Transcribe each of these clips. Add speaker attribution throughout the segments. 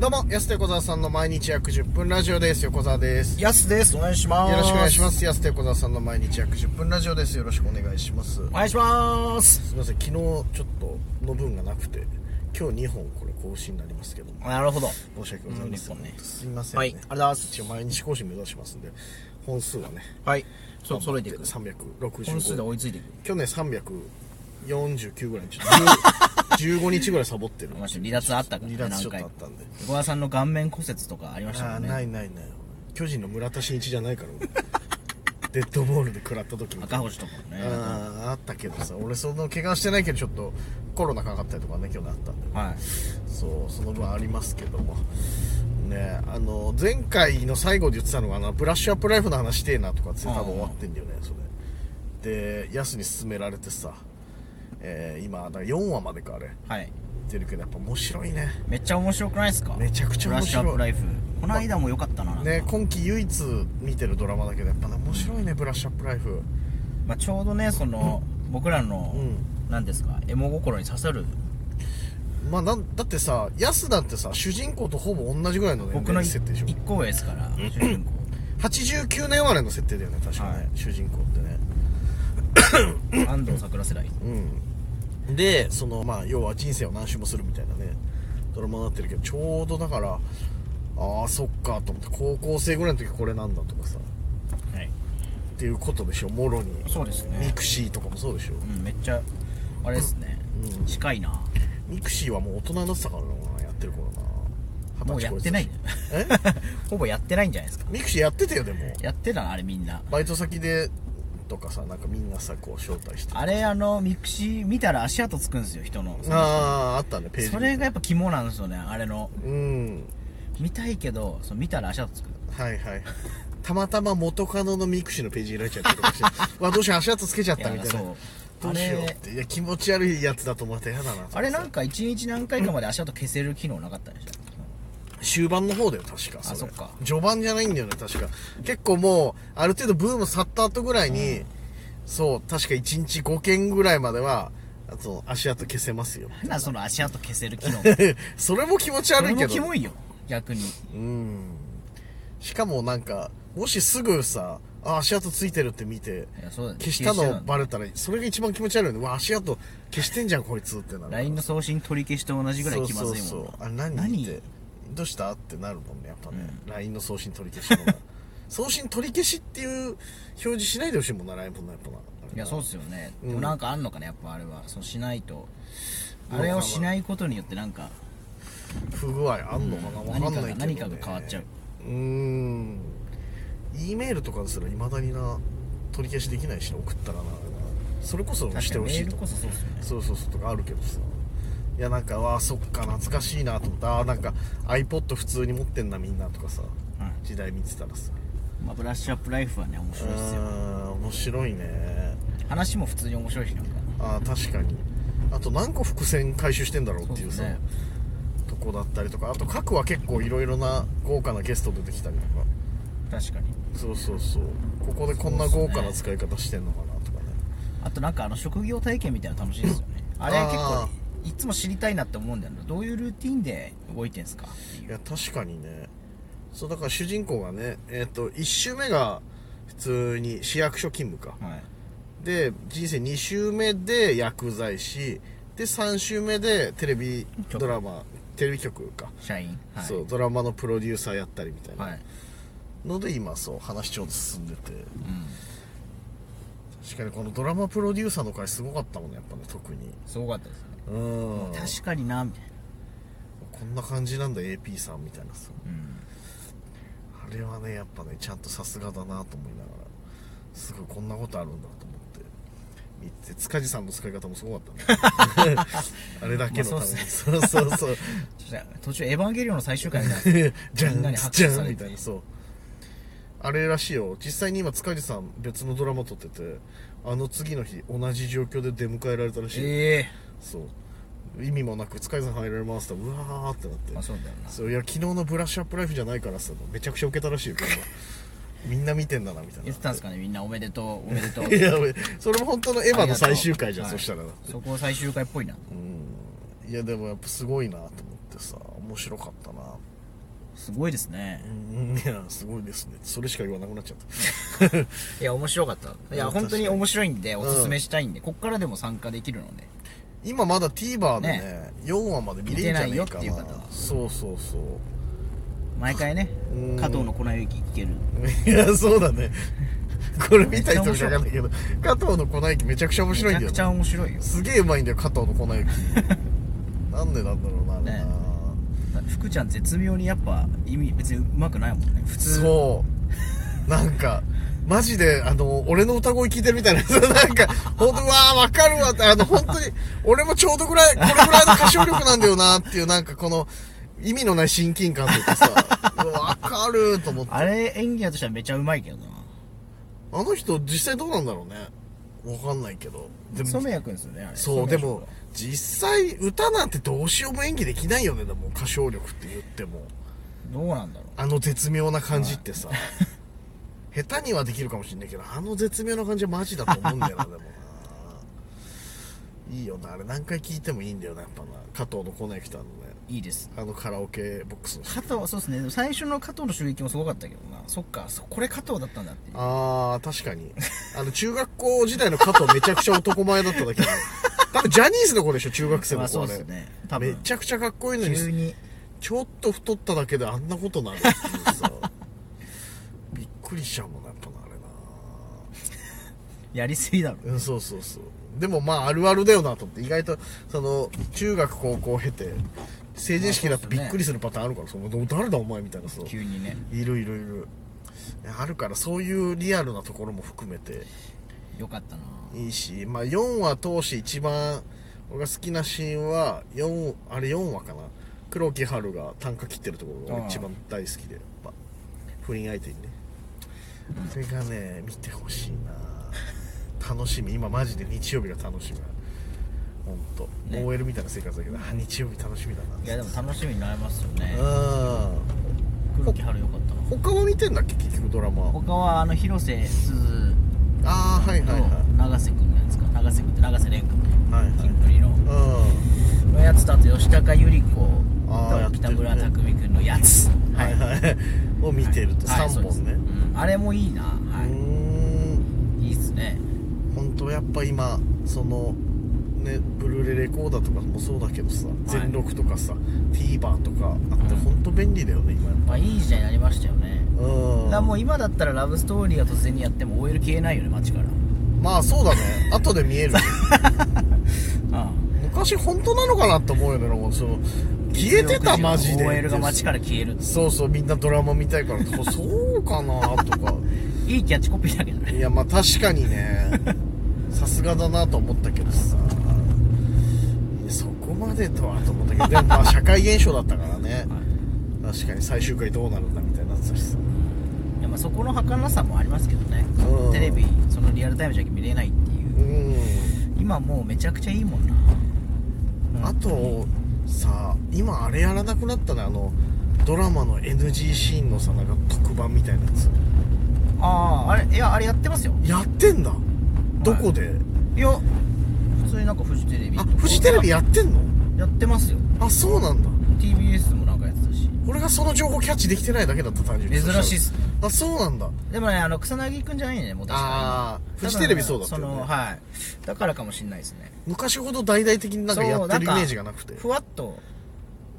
Speaker 1: どうも、安手小沢さんの毎日約10分ラジオです。横澤です。よ
Speaker 2: やすですお願いします
Speaker 1: ろしくお願いします。安手小沢さんの毎日約10分ラジオです。よろしくお願いします。
Speaker 2: お願いします
Speaker 1: すみません、昨日ちょっとの分がなくて、今日2本これ更新になりますけども、
Speaker 2: なるほど
Speaker 1: 申し訳ございません。
Speaker 2: うん二本ね
Speaker 1: すみません、ね。
Speaker 2: はいありがとうございます
Speaker 1: 一応毎日更新目指しますんで、本数はね、
Speaker 2: はいそう揃えていく
Speaker 1: 365。
Speaker 2: 本数で追いついていく
Speaker 1: 去年349ぐらいにちょっと10 15日ぐらいサボってる。
Speaker 2: まあ離脱あったからね
Speaker 1: 離脱ちょっと
Speaker 2: 何回
Speaker 1: あっ
Speaker 2: か
Speaker 1: たんで。
Speaker 2: 横田さんの顔面骨折とかありました
Speaker 1: あ
Speaker 2: も
Speaker 1: あ
Speaker 2: ん
Speaker 1: な
Speaker 2: ね
Speaker 1: いないない巨人の村田真一じゃないから 俺デッドボールで食らった時みた
Speaker 2: 赤
Speaker 1: い
Speaker 2: 星とかもね
Speaker 1: なあーあったけどさ俺その怪我してないけどちょっとコロナかかったりとかね去年あったんで
Speaker 2: はい
Speaker 1: そうその分ありますけどもねあの前回の最後で言ってたのがあのブラッシュアップライフの話してえなとかっつって多分終わってんだよねそれでヤスに勧められてさ、えー今だから4話までかあれ
Speaker 2: はい
Speaker 1: 出るけどやっぱ面白いね
Speaker 2: めっちゃ面白くないですか
Speaker 1: めちゃくちゃ面白い
Speaker 2: ブラッシュアップライフこの間も良かったななんか
Speaker 1: ね今季唯一見てるドラマだけどやっぱね面白いねブラッシュアップライフ
Speaker 2: まあちょうどねその僕らの
Speaker 1: う
Speaker 2: 何ですかエモ心に刺さる
Speaker 1: まあなんだってさヤスだってさ主人公とほぼ同じぐらいの年
Speaker 2: 僕の
Speaker 1: 齢
Speaker 2: 一
Speaker 1: 設定でしょ
Speaker 2: 個上ですから主人公
Speaker 1: 89年生まれの設定だよね確かね、
Speaker 2: はい
Speaker 1: 主人公ってね
Speaker 2: 安藤桜世代
Speaker 1: うんでそのまあ要は人生を何周もするみたいなねドラマになってるけどちょうどだからああそっかと思って高校生ぐらいの時これなんだとかさ
Speaker 2: はい
Speaker 1: っていうことでしょもろに
Speaker 2: そうですね
Speaker 1: ミクシーとかもそうでしょ
Speaker 2: うんめっちゃあれですね
Speaker 1: うん
Speaker 2: 近いな
Speaker 1: ミクシーはもう大人になってたからなやってる頃な二
Speaker 2: もう
Speaker 1: 十歳
Speaker 2: や
Speaker 1: 超
Speaker 2: っ
Speaker 1: え
Speaker 2: て
Speaker 1: た
Speaker 2: な
Speaker 1: し
Speaker 2: い
Speaker 1: え
Speaker 2: ほぼやってないんじゃないですか
Speaker 1: ミクシーやってたよでも
Speaker 2: やってたのあれみんな
Speaker 1: バイト先でとかさなんかみんなさこう招待して
Speaker 2: あれあのミクシー見たら足跡つくんですよ人の
Speaker 1: あああったねページ
Speaker 2: それがやっぱ肝なんですよねあれの
Speaker 1: うん
Speaker 2: 見たいけどその見たら足跡つく
Speaker 1: はいはいたまたま元カノのミクシーのページ開いちゃったと かしてうわどうしよう足跡つけちゃったみたいな
Speaker 2: そう
Speaker 1: どうしようっていや気持ち悪いやつだと思って嫌だな
Speaker 2: あれなんか1日何回かまで足跡消せる機能なかったでした
Speaker 1: 終盤の方だよ確かれ
Speaker 2: そっか
Speaker 1: 序盤じゃないんだよね確か結構もうある程度ブーム去った後ぐらいに、そう確か1日5件ぐらいまではあと足跡消せますよ
Speaker 2: なんだその足跡消せる機能
Speaker 1: それも気持ち悪いけど
Speaker 2: それもキモいよ逆に
Speaker 1: うんしかもなんかもしすぐさあ足跡ついてるって見て
Speaker 2: いやそうだね
Speaker 1: 消した
Speaker 2: 消しちゃう
Speaker 1: の
Speaker 2: の
Speaker 1: バレたらそれが一番気持ち悪いよねうわ足跡消してんじゃんこいつってなる
Speaker 2: LINE の送信取り消しと同じぐらい気まずいもん
Speaker 1: そうそうそうあれ何
Speaker 2: 何
Speaker 1: ってどうしたってなるもんねやっぱね、LINE の送信取り消し の方が送信取り消しっていう表示しないでほしいもんな LINE もなやっぱない
Speaker 2: やそうっすよね、
Speaker 1: うん
Speaker 2: でもなんかあんのかねやっぱあれはそうしないと
Speaker 1: うん
Speaker 2: あれをしないことによってなんか
Speaker 1: 不具合あんのかな、わかん
Speaker 2: 何か
Speaker 1: ないけど、
Speaker 2: が
Speaker 1: ね、
Speaker 2: 何かが変わっちゃう
Speaker 1: うーん E メールとかですらいまだにな取り消しできないしな送ったらなそれこそ
Speaker 2: 確
Speaker 1: し
Speaker 2: か
Speaker 1: て
Speaker 2: に
Speaker 1: ほ
Speaker 2: メ
Speaker 1: しい
Speaker 2: ール
Speaker 1: と
Speaker 2: こそそうっすよね
Speaker 1: そうそうそうとかあるけどさいやなんかわあそっか懐かしいなと思ってああなんか iPod 普通に持ってんなみんなとかさ、
Speaker 2: う
Speaker 1: 時代見てたらさ
Speaker 2: まあ、ブラッシュアップライフはね面
Speaker 1: う
Speaker 2: 白いっすよ
Speaker 1: ーん面白いね
Speaker 2: 話も普通に面白いしなんか
Speaker 1: あー確かにあと何個伏線回収してんだろうっていうさ
Speaker 2: そうですね
Speaker 1: とこだったりとかあと各は結構いろいろな豪華なゲスト出てきたりとか
Speaker 2: 確かに
Speaker 1: そうそうそうここでこんな豪華な使い方してんのかなとかね
Speaker 2: あとなんかあの職業体験みたいなの楽しいですよねあれ結
Speaker 1: あ
Speaker 2: 構いつも知りたいなって思うんだよなどういうルーティンで動いてんすかってい
Speaker 1: いうや確かにねそうだから主人公がねえっ、と1周目が普通に市役所勤務か
Speaker 2: はい
Speaker 1: で人生2周目で薬剤師で3周目でテレビ
Speaker 2: 局
Speaker 1: ドラマテレビ局か、
Speaker 2: 社員はい
Speaker 1: そうドラマのプロデューサーやったりみたい
Speaker 2: は、
Speaker 1: ないので、今そう話ちょうど進んでて
Speaker 2: うん、
Speaker 1: 確かにこのドラマプロデューサーの回すごかったもんねやっぱね特に
Speaker 2: すごかったですね
Speaker 1: うん
Speaker 2: 確かになみたいな
Speaker 1: こんな感じなんだ AP さんみたいなさ
Speaker 2: うん
Speaker 1: あれはねやっぱねちゃんとさすがだなと思いながらすごいこんなことあるんだと思って見て塚地さんの使い方もすごかった ねあれだけのために、
Speaker 2: まあ そう
Speaker 1: そう
Speaker 2: っ
Speaker 1: そうそう
Speaker 2: そしたら途中「エヴァンゲリオン」の最終回みたいな
Speaker 1: じゃ
Speaker 2: みんなんに拍
Speaker 1: じ
Speaker 2: 手
Speaker 1: ゃん
Speaker 2: されて
Speaker 1: みたいなそうあれらしいよ実際に今塚地さん別のドラマ撮っててあの次の日同じ状況で出迎えられたらしいよ、
Speaker 2: ええ
Speaker 1: そう意味もなく塚地さん入られますってうわーってなって
Speaker 2: まあそうだよな
Speaker 1: そういや昨日のブラッシュアップライフじゃないからさめちゃくちゃ受けたらしいよ今日はみんな見てんだなみたいな
Speaker 2: 言ってたんですかねみんなおめでとうおめで とう
Speaker 1: いや俺それも本当のエヴァの最終回じゃん、
Speaker 2: はい
Speaker 1: そしたら
Speaker 2: そこ最終回っぽいな
Speaker 1: うんいやでもやっぱすごいなと思ってさ面白かったな
Speaker 2: すごいですね
Speaker 1: うんいやすごいですねそれしか言わなくなっちゃった
Speaker 2: いや面白かったいや
Speaker 1: うん
Speaker 2: 本当
Speaker 1: 確
Speaker 2: に
Speaker 1: かに
Speaker 2: 面白いんでおすすめしたいんで、こっからでも参加できるので
Speaker 1: 今まだ TVer でね
Speaker 2: ね
Speaker 1: 4話まで見れんじゃねえかな
Speaker 2: 見てないよっていう方は
Speaker 1: そうそうそう
Speaker 2: 毎回ね
Speaker 1: うん
Speaker 2: 加藤の粉雪聞ける
Speaker 1: いやそうだねこれ見た人じゃわかんないけど加藤の粉雪めちゃくちゃ面白いんだ
Speaker 2: めちゃ
Speaker 1: よ
Speaker 2: くちゃ面白いよ
Speaker 1: すげえうまいんだよ加藤の粉 雪なんでなんだろうなあれな、
Speaker 2: ね福ちゃん絶妙にやっぱ意味別にうまくないもんね普通
Speaker 1: そうなんかマジであの俺の歌声聞いてるみたいな なんか本当うわーわかるわってあの本当に俺もちょうどぐらいこれぐらいの歌唱力なんだよなっていうなんかこの意味のない親近感というかさうわわかると思って
Speaker 2: あれ演技だとしてはめちゃうまいけどな
Speaker 1: あの人実際どうなんだろうねわかんないけどでも
Speaker 2: 染谷君ですよねあれ
Speaker 1: そうで
Speaker 2: 染谷
Speaker 1: も実際歌なんてどうしようも演技できないよねでも歌唱力って言っても
Speaker 2: 君どうなんだろ
Speaker 1: あの絶妙な感じってさ、下手にはできるかもしんないけどあの絶妙な感じはマジだと思うんだよなでもないいよなあれ何回聴いてもいいんだよなやっぱな加藤の粉雪たんのね
Speaker 2: ういいです
Speaker 1: あのカラオケボックスの
Speaker 2: 加藤そうですねでも最初の加藤の襲撃もすごかったけどなそっかそこれ加藤だったんだっていう
Speaker 1: あー確かにあの中学校時代の加藤めちゃくちゃ男前だっただけど多分ジャニーズの子でしょ中学生
Speaker 2: ま
Speaker 1: の
Speaker 2: あ
Speaker 1: 子
Speaker 2: そう
Speaker 1: は
Speaker 2: で
Speaker 1: ね
Speaker 2: すね多
Speaker 1: め
Speaker 2: 分
Speaker 1: ちゃくちゃかっこいいのに
Speaker 2: 急に
Speaker 1: ちょっと太っただけであんなことなるっていうさびっくりしちゃうもんなやっぱなあれな
Speaker 2: やりすぎだろ
Speaker 1: うん、そうそうそうでもまああるあるだよなと思って意外とその中学高校を経て成人式だとびっくりするパターンあるからその誰だお前みたいなそう
Speaker 2: 急にね
Speaker 1: いるいるいるあるからそういうリアルなところも含めて
Speaker 2: よかったない
Speaker 1: いしまあ4話通して一番俺が好きなシーンは4あれ4話かな黒木春が短歌切ってるところが俺一番大好きでやっぱ不倫相手にねこれがね見てほしいな楽しみ今マジで日曜日が楽しみ本当、
Speaker 2: ね
Speaker 1: OL みたいな生活だけどあ日曜日楽しみだない
Speaker 2: やでも楽しみになりますよね
Speaker 1: う
Speaker 2: 黒木春よかったなん
Speaker 1: 他は見てんだっけ結局ドラマ
Speaker 2: 他はあの広瀬すず
Speaker 1: ああはいはいはい
Speaker 2: と永瀬君のやつか永瀬君って永瀬廉君
Speaker 1: はい
Speaker 2: キンプリの
Speaker 1: はいうん
Speaker 2: のやつとあと吉高由里子
Speaker 1: あーやっ
Speaker 2: と
Speaker 1: てるね
Speaker 2: 北村匠海君のやつ
Speaker 1: はい はい。を見てると
Speaker 2: は
Speaker 1: 3
Speaker 2: いそうです
Speaker 1: 本ね。
Speaker 2: うんあれもいいな
Speaker 1: う
Speaker 2: は
Speaker 1: ーん。
Speaker 2: いいいっすね
Speaker 1: 本当やっぱ今そのねブルーレイレコーダーとかもそうだけどさ、全録とかさ、TVer とかあって
Speaker 2: うん
Speaker 1: 本当便利だよね今やっ
Speaker 2: まあいい時代になりましたよね
Speaker 1: ぱ。
Speaker 2: だから
Speaker 1: う
Speaker 2: もう今だったらラブストーリーが突然にやっても OL 消えないよね街から
Speaker 1: ん。まあそう だね。後で見える。昔本当なのかなって思うよね。なんかその消えてたマジ で。
Speaker 2: OL が街から消える
Speaker 1: そうそうみんなドラマ見たいからそうそうかなとか。
Speaker 2: いいキャッチコピーだけどね
Speaker 1: いやまあ確かに ねさすがだなと思ったけどさいやそこまでとはと思ったけどでもまあ社会現象だったからね確かに最終回どうなるんだみたいになってたしさ
Speaker 2: いやまあそこの儚さもありますけどね
Speaker 1: うん
Speaker 2: テレビそのリアルタイムじゃ見れないっていう
Speaker 1: うん
Speaker 2: 今もうめちゃくちゃいいもんな
Speaker 1: あとさ今あれやらなくなったねあのドラマの NG シーンのさなんか特番みたいなやつ
Speaker 2: あああれいやあれやってますよ
Speaker 1: やってんだどこで、
Speaker 2: いや普通になんかフジテレビ
Speaker 1: あフジテレビやってんの
Speaker 2: やってますよ
Speaker 1: あそうなんだ
Speaker 2: TBS もなんかやってたし
Speaker 1: 俺がその情報キャッチできてないだけだった単純に
Speaker 2: 珍しいっすね
Speaker 1: あそうなんだ
Speaker 2: でもねあの草薙くんじゃないねもう確か
Speaker 1: ああ
Speaker 2: に
Speaker 1: フジテレビそうだったよ、
Speaker 2: 多分その
Speaker 1: ね、
Speaker 2: はいだからかもしんないですね
Speaker 1: 昔ほど大々的になんかやってるイメージがなくて
Speaker 2: ふわっと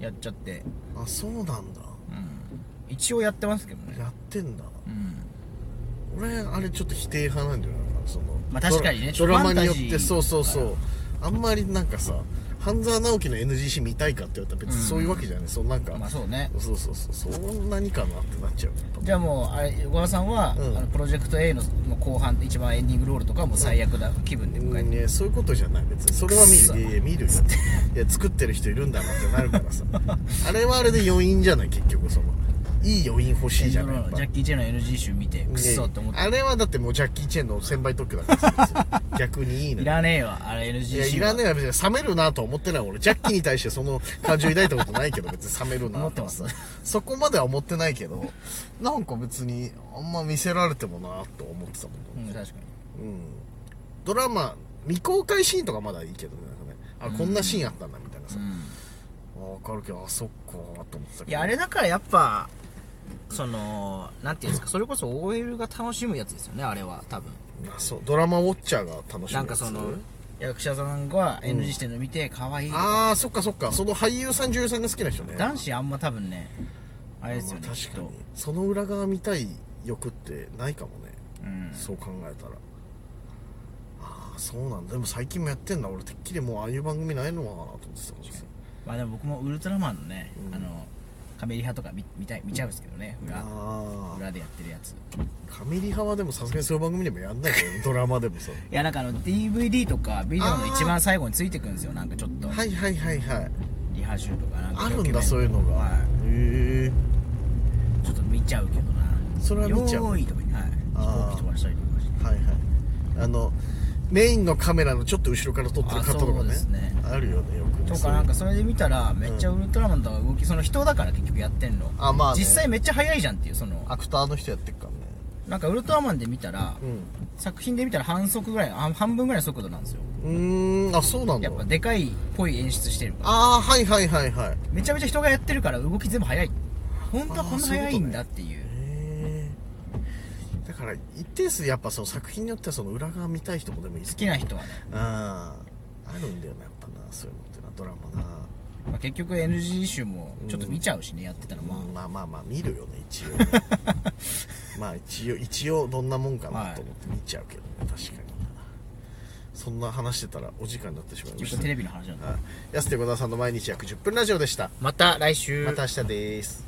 Speaker 2: やっちゃって
Speaker 1: あそうなんだ
Speaker 2: うん一応やってますけどね
Speaker 1: やってんだ
Speaker 2: うん
Speaker 1: 俺あれちょっと否定派なんじゃないかなその
Speaker 2: まあ確かにね
Speaker 1: ドラドラマによっ
Speaker 2: ファン
Speaker 1: て
Speaker 2: タジー
Speaker 1: そうそうそうあんまりなんかさ半沢直樹の NGC 見たいかって言われたら別にそういうわけじゃない、そのなんか、
Speaker 2: まあそうね
Speaker 1: そうそうそうそんなにかなってなっちゃうねやっぱ
Speaker 2: じゃあもうあれ小川さんは、
Speaker 1: うん
Speaker 2: あのプロジェクト A のの後半一番エンディングロールとかもう最悪だ、気分で迎えて、
Speaker 1: ね、そういうことじゃない別にそれは
Speaker 2: くそ
Speaker 1: 見るいやいや見るよ いや作ってる人いるんだなってなるからさあれはあれで余韻じゃない結局そのいい余韻欲しいじゃない
Speaker 2: エ
Speaker 1: や
Speaker 2: ン
Speaker 1: っ
Speaker 2: ドロール
Speaker 1: ぱ
Speaker 2: ジャッキー・チェンの NG 集見てクソって思って、
Speaker 1: あれはだってもうジャッキー・チェンの1000倍特許だからさ 別に逆にいいの
Speaker 2: い
Speaker 1: よ
Speaker 2: らねえわあれ
Speaker 1: い
Speaker 2: NG
Speaker 1: や
Speaker 2: 集
Speaker 1: いらねえよ別に冷めるなとは思ってない俺ジャッキーに対してその感情抱いたことないけど別に冷めるなと
Speaker 2: 思ってます
Speaker 1: そこまでは思ってないけどなんか別にあんま見せられてもなと思ってたもん、
Speaker 2: うん確かに
Speaker 1: うん、ドラマ未公開シーンとかまだいいけどねなんかねあこんなシーンあったんだみたいなさ、
Speaker 2: うん
Speaker 1: あわかるけどあそっかーと思ってたけど
Speaker 2: いや、あれだからやっぱ、その、なんていうんですか、それこそ OL が楽しむやつですよね、あれは、多分。
Speaker 1: あそうドラマウォッチャーが楽しみです
Speaker 2: なんかその、役者さんが NG してるの見て、可愛いとか
Speaker 1: ああそっかそっかその俳優さん女優さんが好きな人ね
Speaker 2: 男子あんま多分ね、あれですよね、
Speaker 1: まあ
Speaker 2: きっ
Speaker 1: 確かに
Speaker 2: と。
Speaker 1: その裏側見たい欲ってないかもね、
Speaker 2: うん。
Speaker 1: そう考えたらああそうなんだでも最近もやってんだ俺てっきりもうああいう番組ないのかなと思ってたからさ
Speaker 2: まあでも僕もウルトラマンのね、
Speaker 1: うん
Speaker 2: あの、カメリ派とか見見たい見ちゃうんですけどね、裏。
Speaker 1: ああ
Speaker 2: 裏でやってるやつ。
Speaker 1: カメリ派はでもさすがにそういう番組でもやんないけどドラマでもさ
Speaker 2: いや、なんかあの、DVD とか、ビデオの一番最後についてくるんですよ、なんかちょっと。
Speaker 1: はいはいはいはい
Speaker 2: リハ集とか、なんか
Speaker 1: ある
Speaker 2: ドキ
Speaker 1: ん
Speaker 2: ュメント。
Speaker 1: だそういうのが、
Speaker 2: は
Speaker 1: へえ
Speaker 2: い。ちょっと見ちゃうけどな。
Speaker 1: それは見ちゃう
Speaker 2: 用意とかに、はい。飛
Speaker 1: あー
Speaker 2: 行機飛ばしたりとかして。
Speaker 1: はいはいあのメインのカメラのちょっと後ろから撮ってる方と
Speaker 2: あそ
Speaker 1: か
Speaker 2: う
Speaker 1: ね
Speaker 2: ですね
Speaker 1: あるよねよくね
Speaker 2: と
Speaker 1: そう
Speaker 2: かなんかそれで見たらめっちゃウルトラマンとか動きその人だから結局やってんの
Speaker 1: あまあね
Speaker 2: 実際めっちゃ速いじゃんっていうその
Speaker 1: アクターの人やってっからね
Speaker 2: なんかウルトラマンで見たら作品で見たら半速ぐらいあ半分ぐらいの速度なんですよ
Speaker 1: うんうーんあそうなんだ
Speaker 2: やっぱでかいっぽい演出してるから
Speaker 1: ああはいはいはいはいへ
Speaker 2: めちゃめちゃ人がやってるから動き全部速い本当はこんな
Speaker 1: あーそういうことね
Speaker 2: 速いんだっていう
Speaker 1: えだから一定数やっぱその作品によってはその裏側見たい人もでもいい
Speaker 2: 好きな人はね、
Speaker 1: ああるんだよなやっぱなそういうのってなドラマな
Speaker 2: まあ、結局 NG 集もちょっと見ちゃうしねやってたらまあ、
Speaker 1: うんまあまあまあ見るよね一応 まあ一応一応どんなもんかなと思って見ちゃうけどね、確かにそんな話してたらお時間になってしまいま
Speaker 2: 結
Speaker 1: し
Speaker 2: 局
Speaker 1: た
Speaker 2: テレビの話なんだ
Speaker 1: はい安手小田さんの毎日約10分ラジオでした
Speaker 2: また来週
Speaker 1: また明日です